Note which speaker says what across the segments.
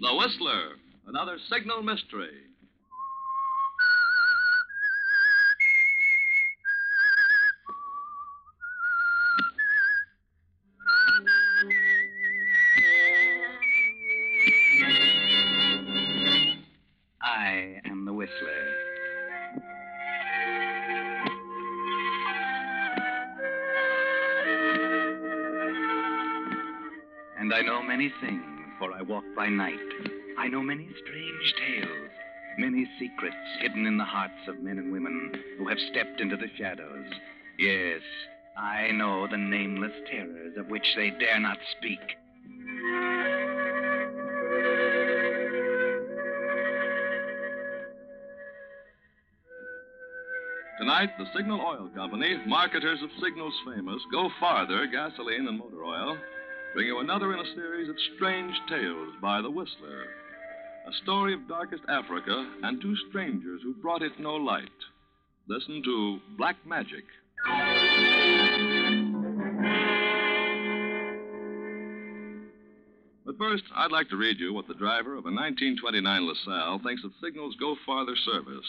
Speaker 1: The Whistler, another signal mystery.
Speaker 2: I am the Whistler. And I know many things, for I walk by night. I know many strange tales, many secrets hidden in the hearts of men and women who have stepped into the shadows. Yes, I know the nameless terrors of which they dare not speak.
Speaker 1: Tonight, the Signal Oil Company, marketers of Signal's famous Go Farther gasoline and motor oil, bring you another in a series of strange tales by The Whistler. A story of darkest Africa and two strangers who brought it no light. Listen to Black Magic. But first, I'd like to read you what the driver of a 1929 LaSalle thinks of Signal's Go Farther service.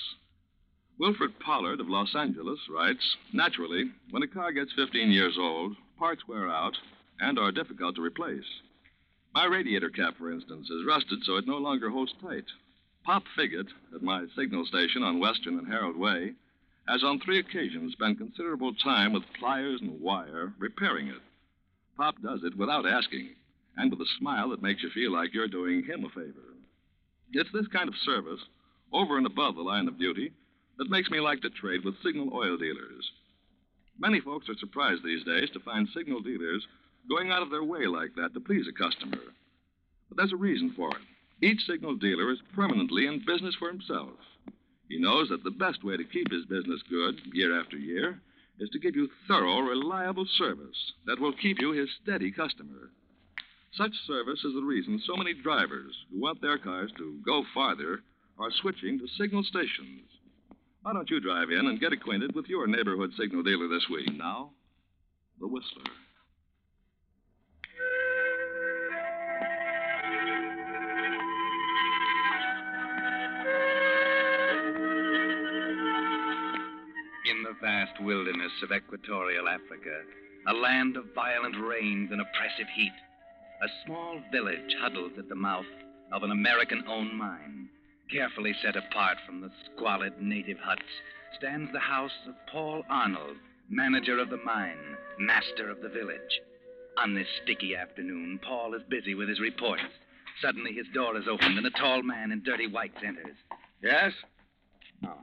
Speaker 1: Wilfred Pollard of Los Angeles writes Naturally, when a car gets 15 years old, parts wear out and are difficult to replace. My radiator cap, for instance, is rusted so it no longer holds tight. Pop Figgett, at my signal station on Western and Harold Way, has on three occasions spent considerable time with pliers and wire repairing it. Pop does it without asking, and with a smile that makes you feel like you're doing him a favor. It's this kind of service, over and above the line of duty, that makes me like to trade with signal oil dealers. Many folks are surprised these days to find signal dealers going out of their way like that to please a customer. But there's a reason for it. Each signal dealer is permanently in business for himself. He knows that the best way to keep his business good year after year is to give you thorough, reliable service that will keep you his steady customer. Such service is the reason so many drivers who want their cars to go farther are switching to signal stations. Why don't you drive in and get acquainted with your neighborhood signal dealer this week? Now, the Whistler.
Speaker 2: In the vast wilderness of equatorial Africa, a land of violent rains and oppressive heat, a small village huddles at the mouth of an American owned mine. Carefully set apart from the squalid native huts stands the house of Paul Arnold, manager of the mine, master of the village. On this sticky afternoon, Paul is busy with his reports. Suddenly, his door is opened and a tall man in dirty whites enters.
Speaker 3: Yes?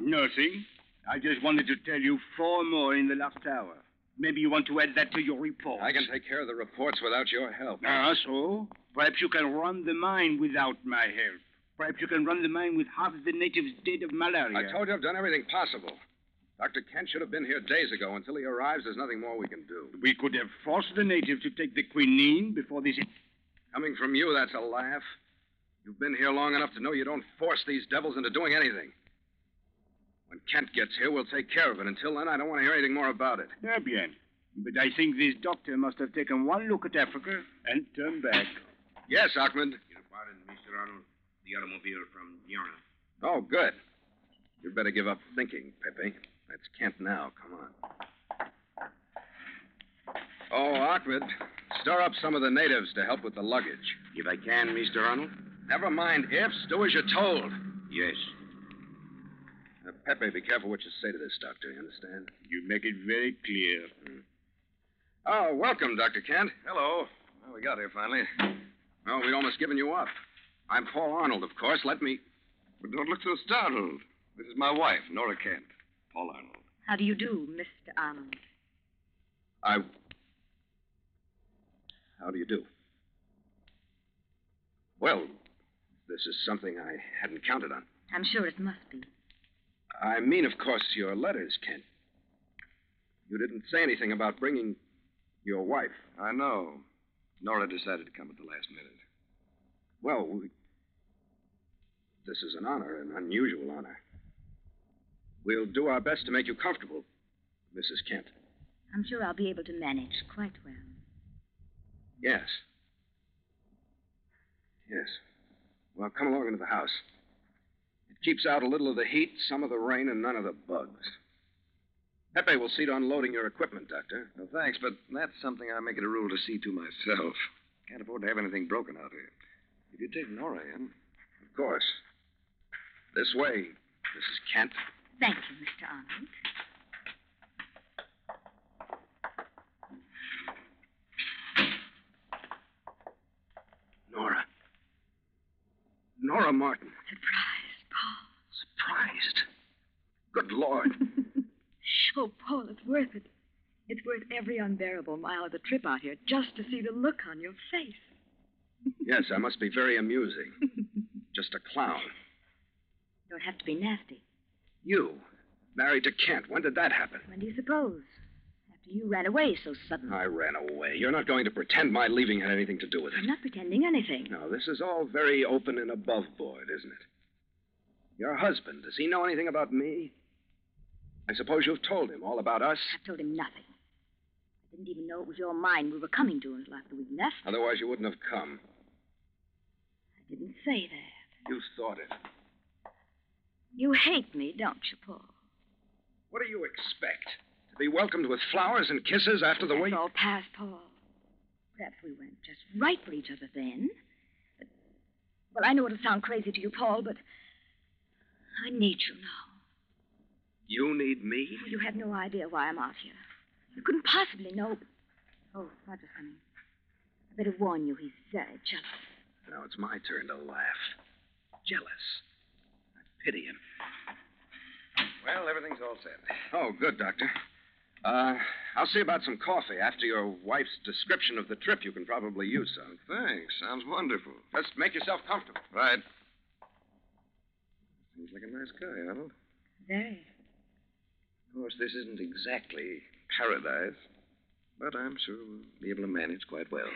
Speaker 3: Nothing. I just wanted to tell you four more in the last hour. Maybe you want to add that to your report.
Speaker 4: I can take care of the reports without your help.
Speaker 3: Ah, so? Perhaps you can run the mine without my help. Perhaps you can run the mine with half the natives dead of malaria.
Speaker 4: I told you I've done everything possible. Dr. Kent should have been here days ago. Until he arrives, there's nothing more we can do.
Speaker 3: We could have forced the natives to take the quinine before this.
Speaker 4: Coming from you, that's a laugh. You've been here long enough to know you don't force these devils into doing anything. When Kent gets here, we'll take care of it. Until then, I don't want to hear anything more about it.
Speaker 3: Eh bien. But I think this doctor must have taken one look at Africa and turned back.
Speaker 4: Yes, Ahmed.
Speaker 5: Pardon, Mr. Arnold. The automobile from Diana.
Speaker 4: Oh, good. You'd better give up thinking, Pepe. That's Kent now. Come on. Oh, Ahmed, stir up some of the natives to help with the luggage.
Speaker 5: If I can, Mr. Arnold?
Speaker 4: Never mind ifs. Do as you're told.
Speaker 5: Yes.
Speaker 4: Now, Pepe, be careful what you say to this doctor. You understand? Hmm.
Speaker 3: You make it very clear.
Speaker 4: Oh, welcome, Dr. Kent. Hello. Well, we got here finally. Well, we'd almost given you up. I'm Paul Arnold, of course. Let me. But don't look so startled. This is my wife, Nora Kent. Paul Arnold.
Speaker 6: How do you do, um, Mr. Arnold?
Speaker 4: I. How do you do? Well, this is something I hadn't counted on.
Speaker 6: I'm sure it must be.
Speaker 4: I mean, of course, your letters, Kent. You didn't say anything about bringing your wife.
Speaker 5: I know. Nora decided to come at the last minute.
Speaker 4: Well, we... this is an honor, an unusual honor. We'll do our best to make you comfortable, Mrs. Kent.
Speaker 6: I'm sure I'll be able to manage quite well.
Speaker 4: Yes. Yes. Well, come along into the house. It keeps out a little of the heat, some of the rain, and none of the bugs. Pepe will see to unloading your equipment, Doctor.
Speaker 7: No, thanks, but that's something I make it a rule to see to myself. Can't afford to have anything broken out here. If you take Nora in.
Speaker 4: Of course. This way, Mrs. Kent.
Speaker 6: Thank you, Mr. Arnold.
Speaker 4: Nora. Nora Martin.
Speaker 6: Surprise, Paul.
Speaker 4: Surprised. Good Lord.
Speaker 6: Oh, Paul, it's worth it. It's worth every unbearable mile of the trip out here just to see the look on your face.
Speaker 4: yes, I must be very amusing. Just a clown.
Speaker 6: Don't have to be nasty.
Speaker 4: You, married to Kent. When did that happen?
Speaker 6: When do you suppose? After you ran away so suddenly.
Speaker 4: I ran away. You're not going to pretend my leaving had anything to do with it.
Speaker 6: I'm not pretending anything.
Speaker 4: No, this is all very open and above board, isn't it? Your husband, does he know anything about me? I suppose you've told him all about us.
Speaker 6: I've told him nothing. I didn't even know it was your mind we were coming to until after we'd left. I
Speaker 4: Otherwise, you wouldn't have come.
Speaker 6: didn't say that.
Speaker 4: You thought it.
Speaker 6: You hate me, don't you, Paul?
Speaker 4: What do you expect? To be welcomed with flowers and kisses after the way.
Speaker 6: It's all past, Paul. Perhaps we weren't just right for each other then. But, well, I know it'll sound crazy to you, Paul, but I need you now.
Speaker 4: You need me?
Speaker 6: You have no idea why I'm out here. You couldn't possibly know. Oh, Roger's coming. I better warn you, he's very jealous.
Speaker 4: Now it's my turn to laugh. Jealous. I pity him.
Speaker 7: Well, everything's all set.
Speaker 4: Oh, good, Doctor. Uh, I'll see about some coffee. After your wife's description of the trip, you can probably use some.
Speaker 7: Thanks. Sounds wonderful.
Speaker 4: Just make yourself comfortable.
Speaker 7: Right. Seems like a nice guy, Arnold.
Speaker 6: Very.
Speaker 7: Of course, this isn't exactly paradise, but I'm sure we'll be able to manage quite well.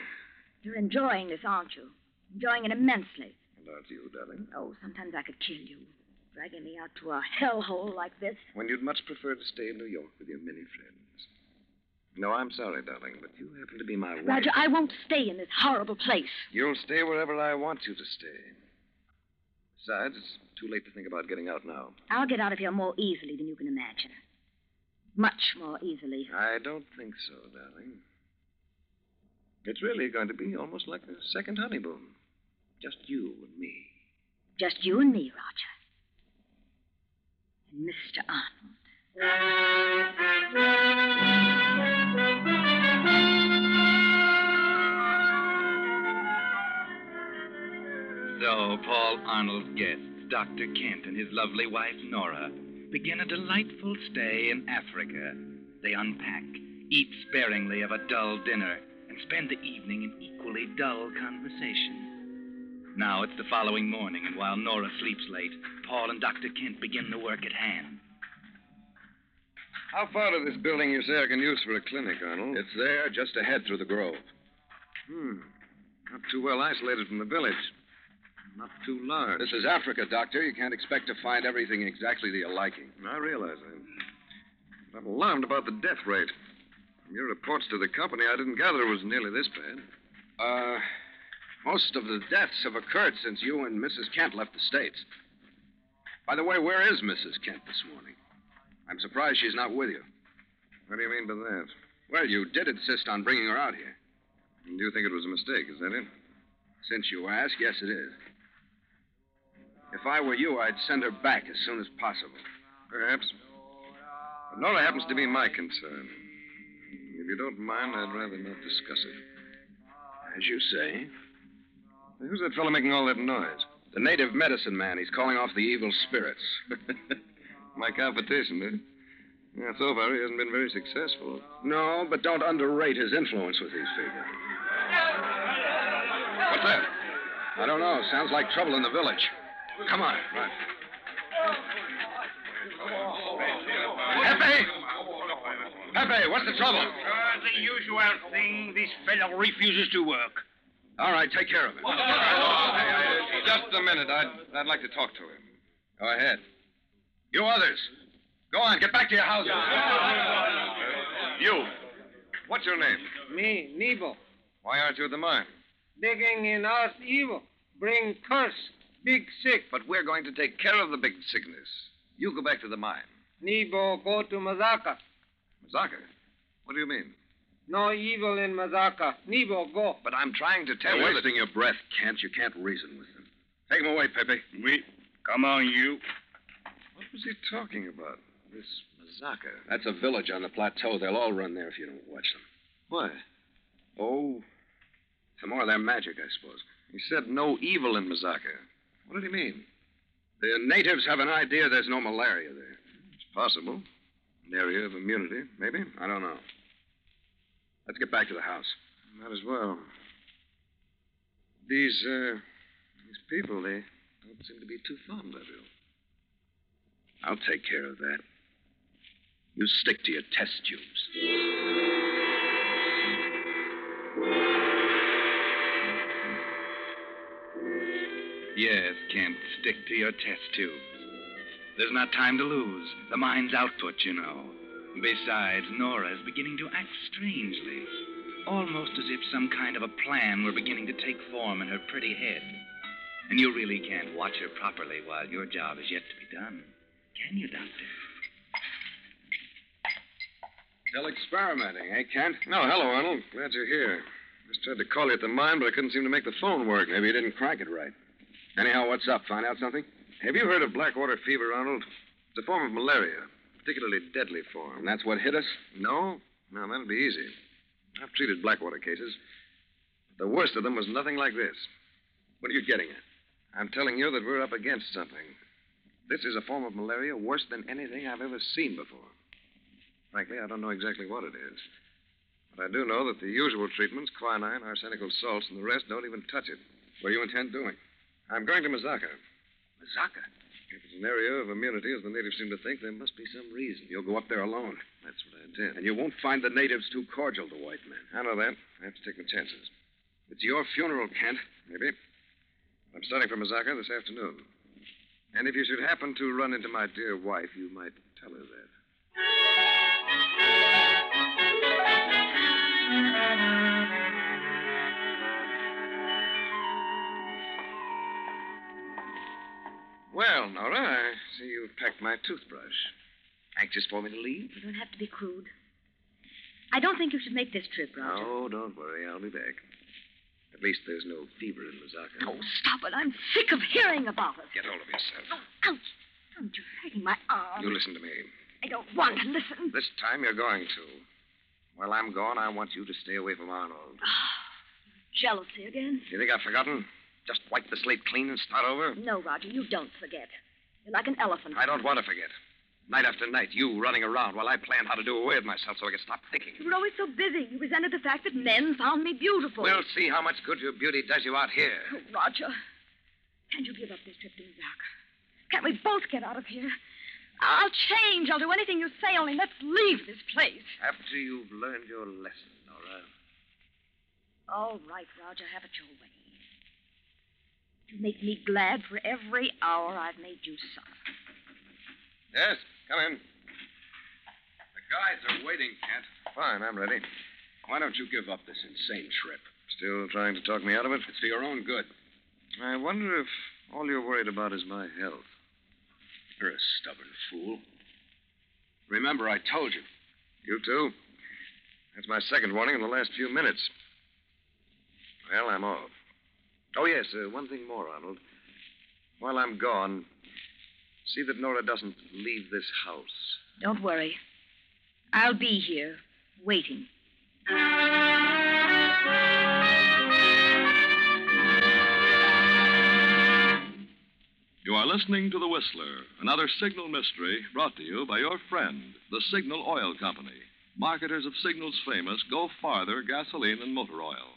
Speaker 6: You're enjoying this, aren't you? Enjoying it immensely.
Speaker 7: And aren't you, darling?
Speaker 6: Oh, sometimes I could kill you. Dragging me out to a hellhole like this.
Speaker 7: When you'd much prefer to stay in New York with your many friends. No, I'm sorry, darling, but you happen to be my wife.
Speaker 6: Roger, I won't stay in this horrible place.
Speaker 7: You'll stay wherever I want you to stay. Besides, it's too late to think about getting out now.
Speaker 6: I'll get out of here more easily than you can imagine. Much more easily.
Speaker 7: I don't think so, darling. It's really going to be almost like a second honeymoon. Just you and me.
Speaker 6: Just you and me, Roger. And Mr. Arnold.
Speaker 2: So, Paul Arnold's guests, Dr. Kent and his lovely wife, Nora, begin a delightful stay in Africa. They unpack, eat sparingly of a dull dinner, and spend the evening in equally dull conversation. Now it's the following morning, and while Nora sleeps late, Paul and Dr. Kent begin the work at hand.
Speaker 7: How far to this building you say I can use for a clinic, Arnold?
Speaker 4: It's there, just ahead through the grove.
Speaker 7: Hmm. Not too well isolated from the village. Not too large.
Speaker 4: This is Africa, Doctor. You can't expect to find everything exactly to your liking.
Speaker 7: I realize that. But I'm alarmed about the death rate. From your reports to the company, I didn't gather it was nearly this bad.
Speaker 4: Uh, most of the deaths have occurred since you and Mrs. Kent left the States. By the way, where is Mrs. Kent this morning? I'm surprised she's not with you.
Speaker 7: What do you mean by that?
Speaker 4: Well, you did insist on bringing her out here.
Speaker 7: Do you think it was a mistake? Is that it?
Speaker 4: Since you ask, yes, it is. If I were you, I'd send her back as soon as possible.
Speaker 7: Perhaps. But Nora happens to be my concern. If you don't mind, I'd rather not discuss it.
Speaker 4: As you say.
Speaker 7: Who's that fellow making all that noise?
Speaker 4: The native medicine man, he's calling off the evil spirits.
Speaker 7: my competition, eh? Yeah, so far, he hasn't been very successful.
Speaker 4: no, but don't underrate his influence with these people. What's that? I don't know. Sounds like trouble in the village. Come on. Right. Pepe! Pepe, what's the trouble?
Speaker 3: the usual thing. This fellow refuses to work.
Speaker 4: All right, take care of it.
Speaker 7: Just a minute. I'd, I'd like to talk to him.
Speaker 4: Go ahead. You others. Go on, get back to your houses.
Speaker 7: You. What's your name?
Speaker 8: Me, Nebo,
Speaker 7: Why aren't you at the mine?
Speaker 8: digging in us evil, bring curse, Big sick.
Speaker 4: But we're going to take care of the big sickness. You go back to the mine.
Speaker 8: Nebo go to Mazaka.
Speaker 4: Mazaka, what do you mean?
Speaker 8: No evil in Mazaka. Nebo go.
Speaker 4: But I'm trying to tell
Speaker 9: You're
Speaker 4: you. that-
Speaker 9: wasting your breath, Kent. You can't reason with them.
Speaker 4: Take him away, Pepe.
Speaker 10: We. Come on, you.
Speaker 4: What was he talking about? This Mazaka.
Speaker 9: That's a village on the plateau. They'll all run there if you don't watch them.
Speaker 4: What?
Speaker 9: Oh, some more of their magic, I suppose.
Speaker 4: He said no evil in Mazaka. What did he mean?
Speaker 9: The natives have an idea there's no malaria there.
Speaker 4: It's possible. An area of immunity, maybe.
Speaker 9: I don't know. Let's get back to the house.
Speaker 4: Might as well. These, uh, these people, they don't seem to be too fond of you.
Speaker 9: I'll take care of that. You stick to your test tubes.
Speaker 2: Yes, Kent, stick to your test tubes. There's not time to lose. The mine's output, you know. Besides, Nora is beginning to act strangely. Almost as if some kind of a plan were beginning to take form in her pretty head. And you really can't watch her properly while your job is yet to be done. Can you, Doctor?
Speaker 9: Still experimenting, eh, Kent?
Speaker 4: No, hello, Arnold. Glad you're here. Just tried to call you at the mine, but I couldn't seem to make the phone work.
Speaker 9: Maybe you didn't crack it right. Anyhow, what's up? Find out something?
Speaker 4: Have you heard of blackwater fever, Arnold? It's a form of malaria, particularly deadly form.
Speaker 9: And that's what hit us?
Speaker 4: No? No, that'll be easy. I've treated blackwater cases. The worst of them was nothing like this. What are you getting at? I'm telling you that we're up against something. This is a form of malaria worse than anything I've ever seen before. Frankly, I don't know exactly what it is. But I do know that the usual treatments, quinine, arsenical salts, and the rest, don't even touch it.
Speaker 9: What do you intend doing?
Speaker 4: I'm going to Mazaka.
Speaker 9: Mazaka.
Speaker 4: If it's an area of immunity, as the natives seem to think, there must be some reason.
Speaker 9: You'll go up there alone.
Speaker 4: That's what I did.
Speaker 9: And you won't find the natives too cordial to white men.
Speaker 4: I know that. I have to take my chances.
Speaker 9: It's your funeral, Kent.
Speaker 4: Maybe. I'm starting for Mazaka this afternoon. And if you should happen to run into my dear wife, you might tell her that. Well, Nora, I see you've packed my toothbrush. Anxious for me to leave?
Speaker 6: You don't have to be crude. I don't think you should make this trip, Roger.
Speaker 4: No, don't worry. I'll be back. At least there's no fever in Mazaka.
Speaker 6: Oh, stop it. I'm sick of hearing about it.
Speaker 4: Get hold of yourself.
Speaker 6: Ouch. Don't you hurting my arm.
Speaker 4: You listen to me.
Speaker 6: I don't want to listen.
Speaker 4: This time you're going to. While I'm gone, I want you to stay away from Arnold.
Speaker 6: Jealousy again?
Speaker 4: You think I've forgotten? Just wipe the slate clean and start over?
Speaker 6: No, Roger, you don't forget. You're like an elephant.
Speaker 4: I don't want to forget. Night after night, you running around while I planned how to do away with myself so I could stop thinking.
Speaker 6: You were always so busy. You resented the fact that men found me beautiful.
Speaker 4: We'll see how much good your beauty does you out here.
Speaker 6: Oh, Roger, can't you give up this trip to Mazaka? Can't we both get out of here? I'll change. I'll do anything you say, only let's leave this place.
Speaker 4: After you've learned your lesson, Nora.
Speaker 6: All right, Roger, have it your way. You make me glad for every hour I've made you suffer.
Speaker 4: Yes, come in.
Speaker 9: The guides are waiting, Kent.
Speaker 4: Fine, I'm ready.
Speaker 9: Why don't you give up this insane trip?
Speaker 4: Still trying to talk me out of it?
Speaker 9: It's for your own good.
Speaker 4: I wonder if all you're worried about is my health.
Speaker 9: You're a stubborn fool. Remember, I told you.
Speaker 4: You too? That's my second warning in the last few minutes. Well, I'm off. Oh, yes, uh, one thing more, Arnold. While I'm gone, see that Nora doesn't leave this house.
Speaker 6: Don't worry. I'll be here, waiting.
Speaker 1: You are listening to The Whistler, another signal mystery brought to you by your friend, the Signal Oil Company, marketers of Signal's famous Go Farther gasoline and motor oil.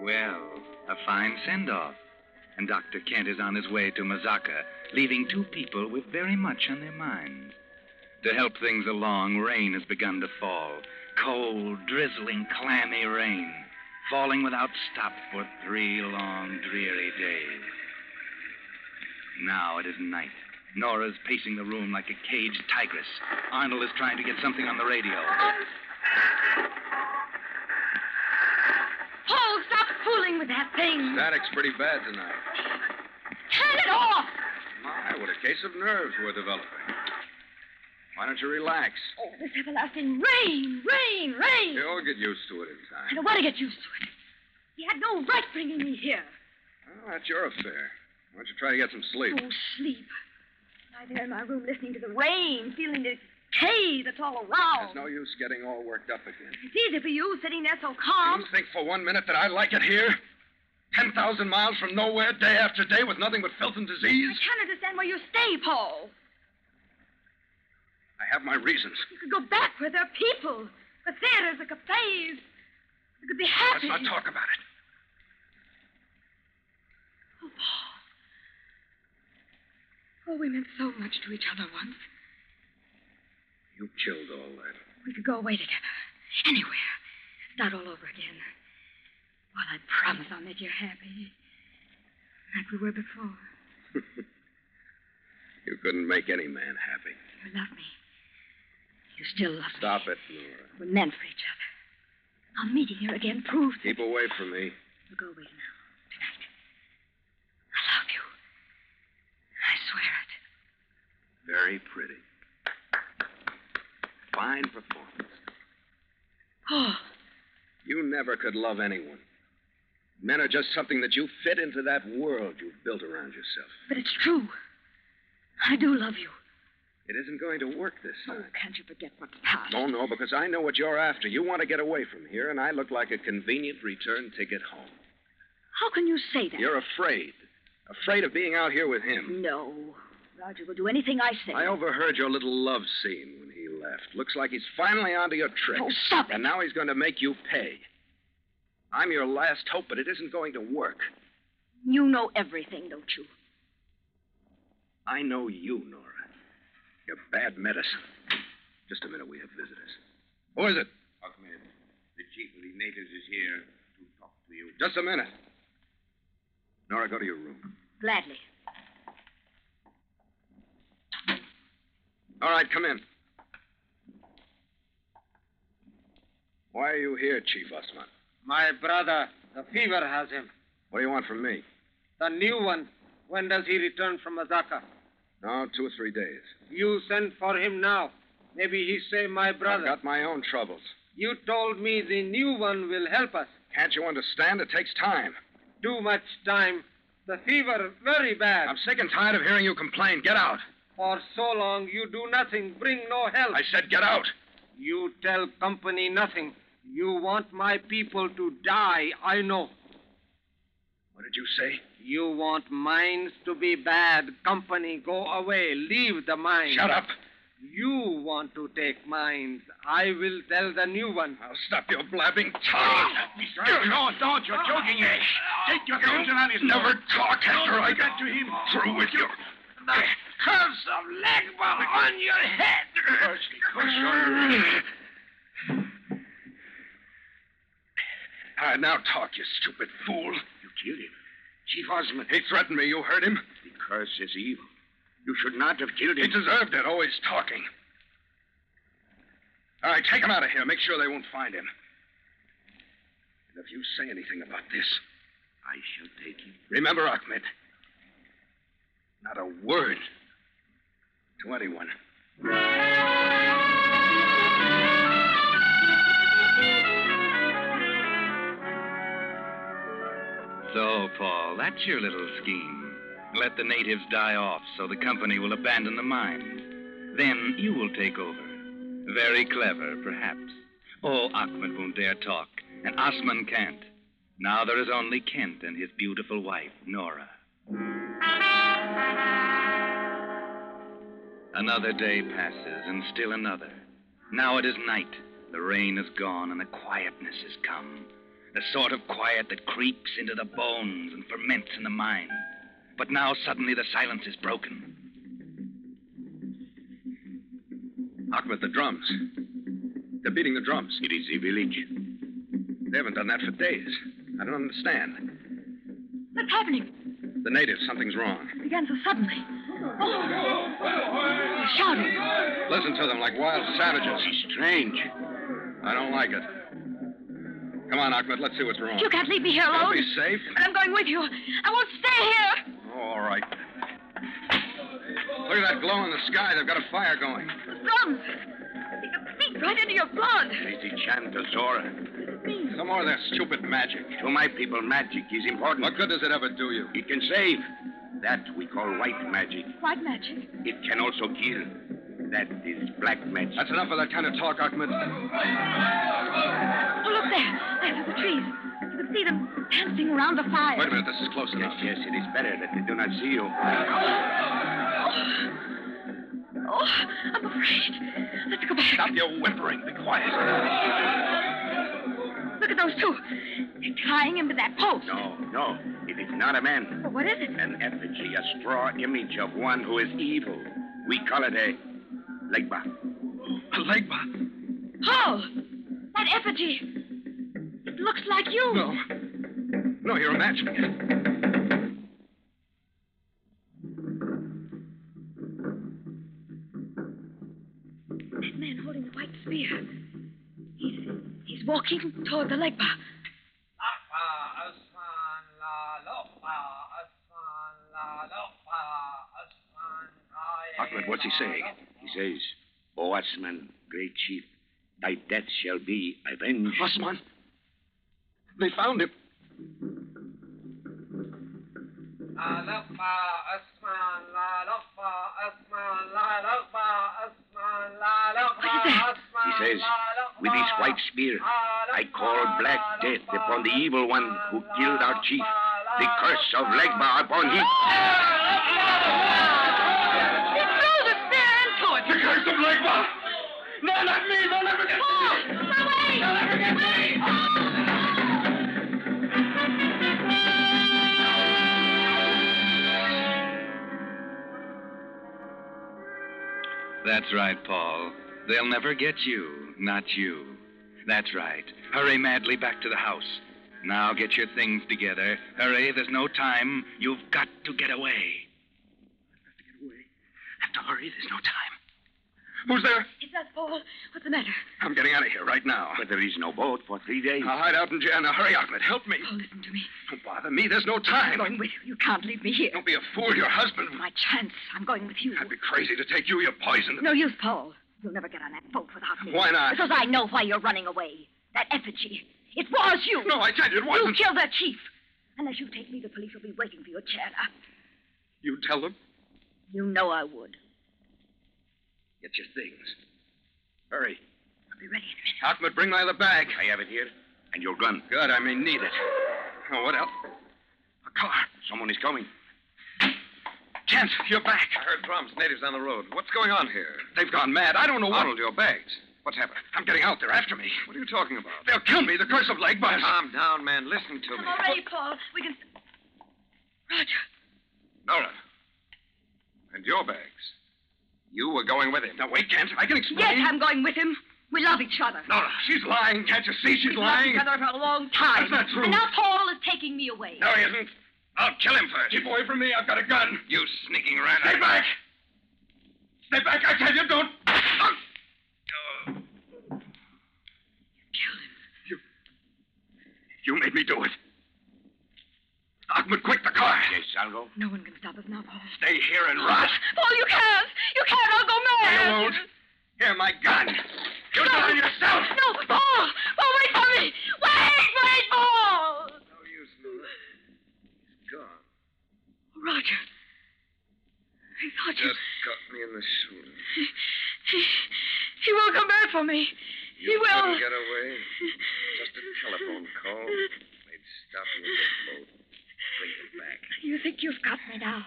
Speaker 2: Well, a fine send off. And Dr. Kent is on his way to Mazaka, leaving two people with very much on their minds. To help things along, rain has begun to fall. Cold, drizzling, clammy rain, falling without stop for three long, dreary days. Now it is night. Nora's pacing the room like a caged tigress. Arnold is trying to get something on the radio.
Speaker 6: Paul, Oh, stop fooling with that thing.
Speaker 4: Static's pretty bad tonight.
Speaker 6: Turn it off.
Speaker 4: My, what a case of nerves we're developing. Why don't you relax?
Speaker 6: Oh, this everlasting rain, rain, rain.
Speaker 4: You'll get used to it in
Speaker 6: I
Speaker 4: time.
Speaker 6: don't want to get used to it. He had no right bringing me here.
Speaker 4: Well, that's your affair. Why don't you try to get some sleep?
Speaker 6: Oh, sleep. Lie there in my room listening to the rain, feeling the hay that's all
Speaker 4: There's
Speaker 6: around.
Speaker 4: no use getting all worked up again.
Speaker 6: It's easy for you sitting there so
Speaker 4: Do
Speaker 6: calm.
Speaker 4: you think for one minute that I like it here? 10,000 miles from nowhere, day after day, with nothing but filth and
Speaker 6: I
Speaker 4: disease?
Speaker 6: can't understand why you stay, Paul.
Speaker 4: I have my reasons.
Speaker 6: You could go back where there are people, the theaters, the cafes. You could be happy.
Speaker 4: Let's not talk about it.
Speaker 6: Oh, Paul. Oh, we meant so much to each other once.
Speaker 4: You killed all that.
Speaker 6: We could go away together, anywhere, start all over again. Well, I promise I'll make you happy, like we were before.
Speaker 4: You couldn't make any man happy.
Speaker 6: You love me. You still love me.
Speaker 4: Stop it, Nora.
Speaker 6: We're meant for each other. Our meeting here again proves it.
Speaker 4: Keep away from me.
Speaker 6: We'll go away now, tonight. I love you. I swear it.
Speaker 4: Very pretty. Fine performance.
Speaker 6: Oh,
Speaker 4: You never could love anyone. Men are just something that you fit into that world you've built around yourself.
Speaker 6: but it's true. I do love you.
Speaker 4: It isn't going to work this
Speaker 6: Oh,
Speaker 4: time.
Speaker 6: can't you forget what's past?
Speaker 4: Oh, no, because I know what you're after. You want to get away from here, and I look like a convenient return ticket home.
Speaker 6: How can you say that?
Speaker 4: You're afraid. Afraid of being out here with him.
Speaker 6: No. Roger will do anything I say.
Speaker 4: I overheard your little love scene when he left. Looks like he's finally onto your tricks.
Speaker 6: Oh, stop it.
Speaker 4: And now he's going to make you pay. I'm your last hope, but it isn't going to work.
Speaker 6: You know everything, don't you?
Speaker 4: I know you, Nora. You're bad medicine. Just a minute, we have visitors. Who is it?
Speaker 7: Ahmed, the chief of the natives is here to talk to you.
Speaker 4: Just a minute. Nora, go to your room.
Speaker 6: Gladly.
Speaker 4: All right, come in. Why are you here, Chief Osman?
Speaker 8: My brother, the fever has him.
Speaker 4: What do you want from me?
Speaker 8: The new one. When does he return from Mazaka?
Speaker 4: No, two or three days.
Speaker 8: You send for him now. Maybe he say, my brother.
Speaker 4: I've got my own troubles.
Speaker 8: You told me the new one will help us.
Speaker 4: Can't you understand? It takes time.
Speaker 8: Too much time. The fever very bad.
Speaker 4: I'm sick and tired of hearing you complain. Get out.
Speaker 8: For so long you do nothing, bring no help.
Speaker 4: I said get out.
Speaker 8: You tell company nothing. You want my people to die, I know.
Speaker 4: What did you say?
Speaker 8: You want mines to be bad. Company, go away. Leave the mines.
Speaker 4: Shut up.
Speaker 8: You want to take mines. I will tell the new one.
Speaker 4: I'll stop your blabbing tongue.
Speaker 7: Ah, No, don't. You're joking. me. Take your hands and
Speaker 4: You never talk after I got to him. Through with you.
Speaker 7: the curse of Legba on your head.
Speaker 4: All right, now talk, you stupid fool.
Speaker 7: You killed him. Chief Osman,
Speaker 4: He threatened me. You heard him.
Speaker 7: the curse is evil. You should not have killed
Speaker 4: He
Speaker 7: him.
Speaker 4: deserved it, always talking. All right, take him out of here. Make sure they won't find him. And if you say anything about this,
Speaker 7: I shall take him.
Speaker 4: remember, Ahmed, not a word to anyone.
Speaker 2: So, Paul, that's your little scheme. Let the natives die off so the company will abandon the mines. Then you will take over. Very clever, perhaps. Oh, Ahmed won't dare talk, and Osman can't. Now there is only Kent and his beautiful wife, Nora. Another day passes, and still another. Now it is night. The rain is gone, and the quietness has come. The sort of quiet that creeps into the bones and ferments in the mind. But now suddenly the silence is broken.
Speaker 4: Out with the drums. They're beating the drums.
Speaker 7: It is a village.
Speaker 4: They haven't done that for days. I don't understand.
Speaker 6: What's happening?
Speaker 4: The natives, something's wrong.
Speaker 6: It began so suddenly. Oh, they're shouting.
Speaker 4: Listen to them like wild savages. Strange. I don't like it. Come on, Achmet, let's see what's wrong.
Speaker 6: You can't leave me here
Speaker 4: It'll
Speaker 6: alone.
Speaker 4: be safe.
Speaker 6: But I'm going with you. I won't stay here.
Speaker 4: Oh, all right. Look at that glow in the sky. They've got a fire going.
Speaker 6: Those drums. They can sink right into your blood.
Speaker 7: Easy chant, Azora.
Speaker 4: Some more of their stupid magic.
Speaker 7: To my people, magic is important.
Speaker 4: What good does it ever do you?
Speaker 7: It can save. That we call white magic.
Speaker 6: White magic.
Speaker 7: It can also kill. That is black magic.
Speaker 4: That's enough of that kind of talk, Achmet.
Speaker 6: Oh, look there. There through the trees. You can see them dancing around the fire.
Speaker 4: Wait a minute, this is close
Speaker 7: Yes,
Speaker 4: enough.
Speaker 7: yes, it is better that they do not see you.
Speaker 6: Oh, I'm afraid. Let's go back.
Speaker 7: Stop your whimpering. Be quiet.
Speaker 6: Look at those two. They're tying him to that post.
Speaker 7: No, no. It is not a man.
Speaker 6: But what is it?
Speaker 7: An effigy, a straw image of one who is evil. We call it a legba.
Speaker 4: A legba.
Speaker 6: Paul! That effigy. It looks like you.
Speaker 4: No. No, you're imagining it.
Speaker 6: That man holding the white spear. He's he's walking toward the legba.
Speaker 7: Ahmed, what's he saying? He says, O Osman, great chief, thy death shall be avenged.
Speaker 4: Osman. They found him.
Speaker 7: He says, with this white spear, I call black death upon the evil one who killed our chief. The curse of Legba upon him.
Speaker 6: He threw the spear into it. The curse of legba! No, not me! They'll never get me!
Speaker 2: That's right, Paul. They'll never get you, not you. That's right. Hurry madly back to the house. Now get your things together. Hurry, there's no time. You've got to get away. Have to get away. Have to hurry, there's no time.
Speaker 4: Who's there?
Speaker 6: It's us, Paul. What's the matter?
Speaker 4: I'm getting out of here right now.
Speaker 7: But there is no boat for three days.
Speaker 4: I'll hide out in jail. Now hurry, Ahmed. Help me.
Speaker 6: Paul, listen to me.
Speaker 4: Don't bother me. There's no time.
Speaker 6: I'm going with you. You can't leave me here.
Speaker 4: Don't be a fool. Your husband.
Speaker 6: My chance. I'm going with you.
Speaker 4: I'd be crazy to take you. You're poisoned.
Speaker 6: No use, Paul. You'll never get on that boat without me.
Speaker 4: Why not?
Speaker 6: Because I know why you're running away. That effigy. It was you.
Speaker 4: No, I can't. It
Speaker 6: You
Speaker 4: wasn't.
Speaker 6: killed that chief. Unless you take me, the police will be waiting for your chair.
Speaker 4: You tell them.
Speaker 6: You know I would.
Speaker 4: Get your things. Hurry.
Speaker 6: I'll be ready in a minute.
Speaker 4: Ahmed, bring my other bag.
Speaker 7: I have it here. And your gun.
Speaker 4: Good, I may need it. Oh, what else?
Speaker 7: A car. Someone is coming.
Speaker 4: Chance, you're back.
Speaker 7: I heard drums. Natives on the road. What's going on here?
Speaker 4: They've gone mad. I don't know what.
Speaker 7: Arnold, your bags. What's happened?
Speaker 4: I'm getting out. They're after me.
Speaker 7: What are you talking about?
Speaker 4: They'll kill me. The curse of Legba.
Speaker 7: Calm down, man. Listen to
Speaker 6: I'm
Speaker 7: me.
Speaker 6: all ready, Paul. We can. Roger.
Speaker 7: Nora. And your bags. You were going with him.
Speaker 4: Now, wait, Kent. I can explain.
Speaker 6: Yes, I'm going with him. We love each other.
Speaker 4: Nora, she's lying. Can't you see she's
Speaker 6: We've
Speaker 4: lying?
Speaker 6: loved each other for a long time.
Speaker 4: That's not true.
Speaker 6: And now Paul is taking me away.
Speaker 4: No, he isn't. I'll kill him first. Keep away from me. I've got a gun.
Speaker 7: You sneaking rat.
Speaker 4: Stay back. Stay back. I tell you, don't. Oh.
Speaker 6: Kill him.
Speaker 4: You made me do it. Ahmed, quick, the car.
Speaker 7: Yes, I'll go.
Speaker 6: No one can stop us now, Paul.
Speaker 4: Stay here and rot.
Speaker 6: Paul, Oh, you can't. You can't. I'll go mad.
Speaker 4: You won't. Here, my gun. You
Speaker 6: No.
Speaker 4: die yourself.
Speaker 6: No, Paul. Paul, wait for me. Wait, wait, Paul.
Speaker 7: No use, Nora. He's gone.
Speaker 6: Oh, Roger. I thought you.
Speaker 7: Just got me in the shoulder.
Speaker 6: He, he will come back for me.
Speaker 7: You
Speaker 6: he will.
Speaker 7: couldn't get away. Just a telephone call. They'd stop you with the boat. Bring him back.
Speaker 6: You think you've got me now?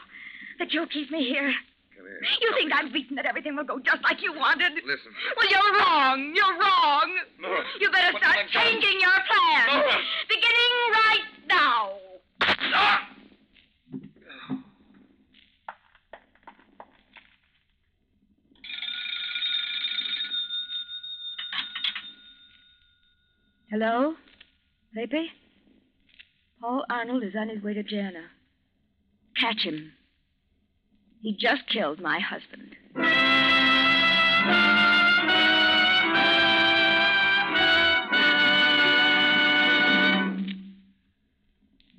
Speaker 6: That you'll keep me here?
Speaker 7: Come here.
Speaker 6: You think I'm beaten? That everything will go just like you wanted?
Speaker 7: Listen.
Speaker 6: Well, you're wrong. You're wrong.
Speaker 4: Nora,
Speaker 6: you better
Speaker 4: what have
Speaker 6: start
Speaker 4: I done?
Speaker 6: changing your plans.
Speaker 4: Nora.
Speaker 6: Beginning right now.
Speaker 4: Ah!
Speaker 6: Hello? Pepe? Paul Arnold is on his way to Jana. Catch him. He just killed my husband.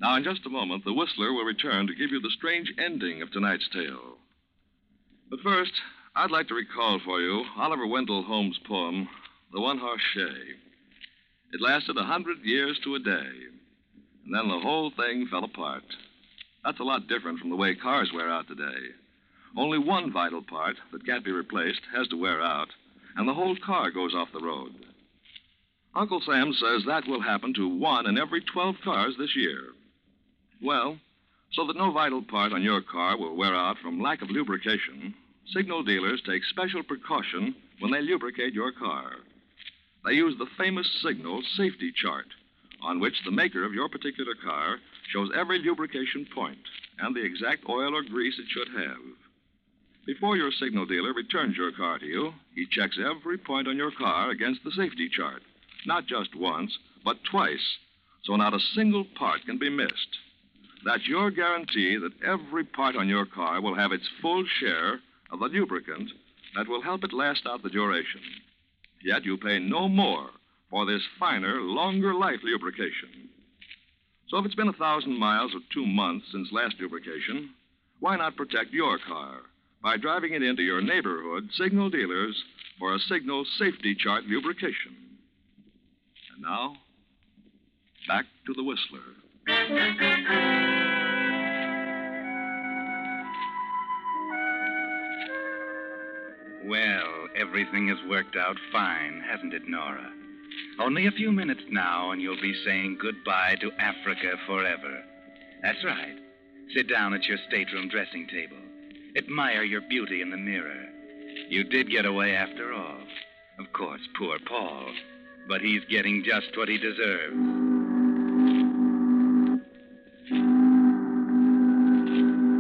Speaker 1: Now, in just a moment, the Whistler will return to give you the strange ending of tonight's tale. But first, I'd like to recall for you Oliver Wendell Holmes' poem, The One Horse Shay. It lasted a hundred years to a day, and then the whole thing fell apart. That's a lot different from the way cars wear out today. Only one vital part that can't be replaced has to wear out, and the whole car goes off the road. Uncle Sam says that will happen to one in every 12 cars this year. Well, so that no vital part on your car will wear out from lack of lubrication, signal dealers take special precaution when they lubricate your car. They use the famous signal safety chart, on which the maker of your particular car shows every lubrication point and the exact oil or grease it should have. Before your signal dealer returns your car to you, he checks every point on your car against the safety chart, not just once, but twice, so not a single part can be missed. That's your guarantee that every part on your car will have its full share of the lubricant that will help it last out the duration. Yet you pay no more for this finer, longer life lubrication. So if it's been a thousand miles or two months since last lubrication, why not protect your car by driving it into your neighborhood signal dealers for a signal safety chart lubrication? And now, back to the Whistler.
Speaker 2: Well, everything has worked out fine, hasn't it, Nora? Only a few minutes now, and you'll be saying goodbye to Africa forever. That's right. Sit down at your stateroom dressing table. Admire your beauty in the mirror. You did get away after all. Of course, poor Paul. But he's getting just what he deserves.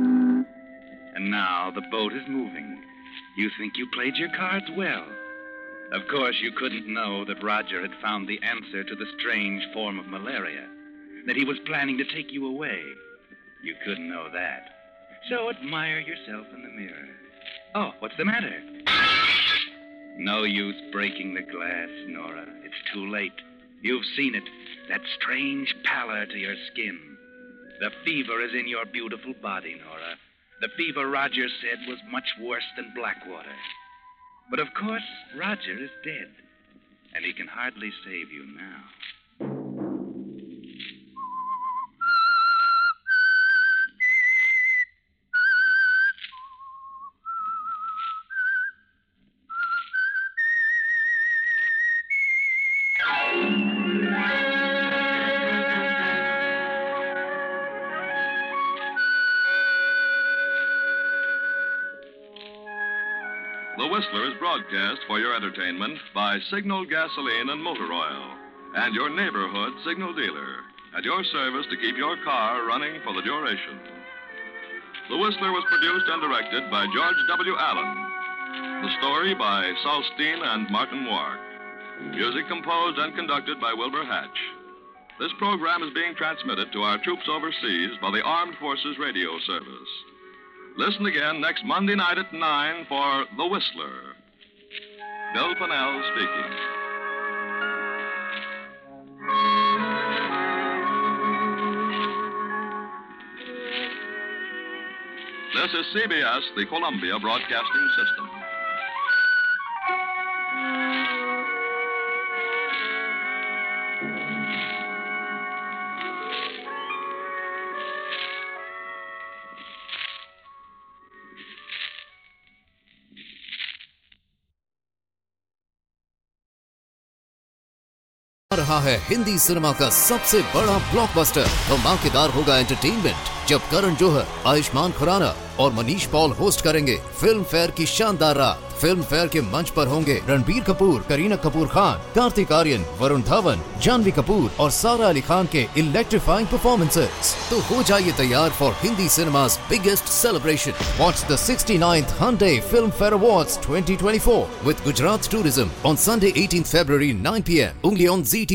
Speaker 2: And now the boat is moving. You think you played your cards well. Of course, you couldn't know that Roger had found the answer to the strange form of malaria, that he was planning to take you away. You couldn't know that. So admire yourself in the mirror. Oh, what's the matter? No use breaking the glass, Nora. It's too late. You've seen it. That strange pallor to your skin. The fever is in your beautiful body, Nora. The fever Roger said was much worse than Blackwater. But of course, Roger is dead, and he can hardly save you now.
Speaker 1: The Whistler is broadcast for your entertainment by Signal Gasoline and Motor Oil and your neighborhood signal dealer at your service to keep your car running for the duration. The Whistler was produced and directed by George W. Allen. The story by Saul Steen and Martin Wark. Music composed and conducted by Wilbur Hatch. This program is being transmitted to our troops overseas by the Armed Forces Radio Service. Listen again next Monday night at 9 for The Whistler. Bill Fennell speaking. This is CBS, the Columbia Broadcasting System.
Speaker 11: आ रहा है Hindi cinema का सबसे बड़ा blockbuster धमाकेदार होगा entertainment जब करण जोहर आयुष्मान खुराना और Manish Paul host करेंगे फिल्म फेयर की शानदार रात फिल्म फेयर के मंच पर होंगे रणबीर कपूर करीना कपूर खान कार्तिक आर्यन वरुण धावन जानवी कपूर और सारा अली खान के इलेक्ट्रीफाइंग परफॉर्मेंसेस तो हो जाइए तैयार for Hindi cinema's biggest celebration. Watch the 69th Hyundai Film Fair Awards 2024 with Gujarat Tourism on Sunday 18th February 9 p.m. only on ZT.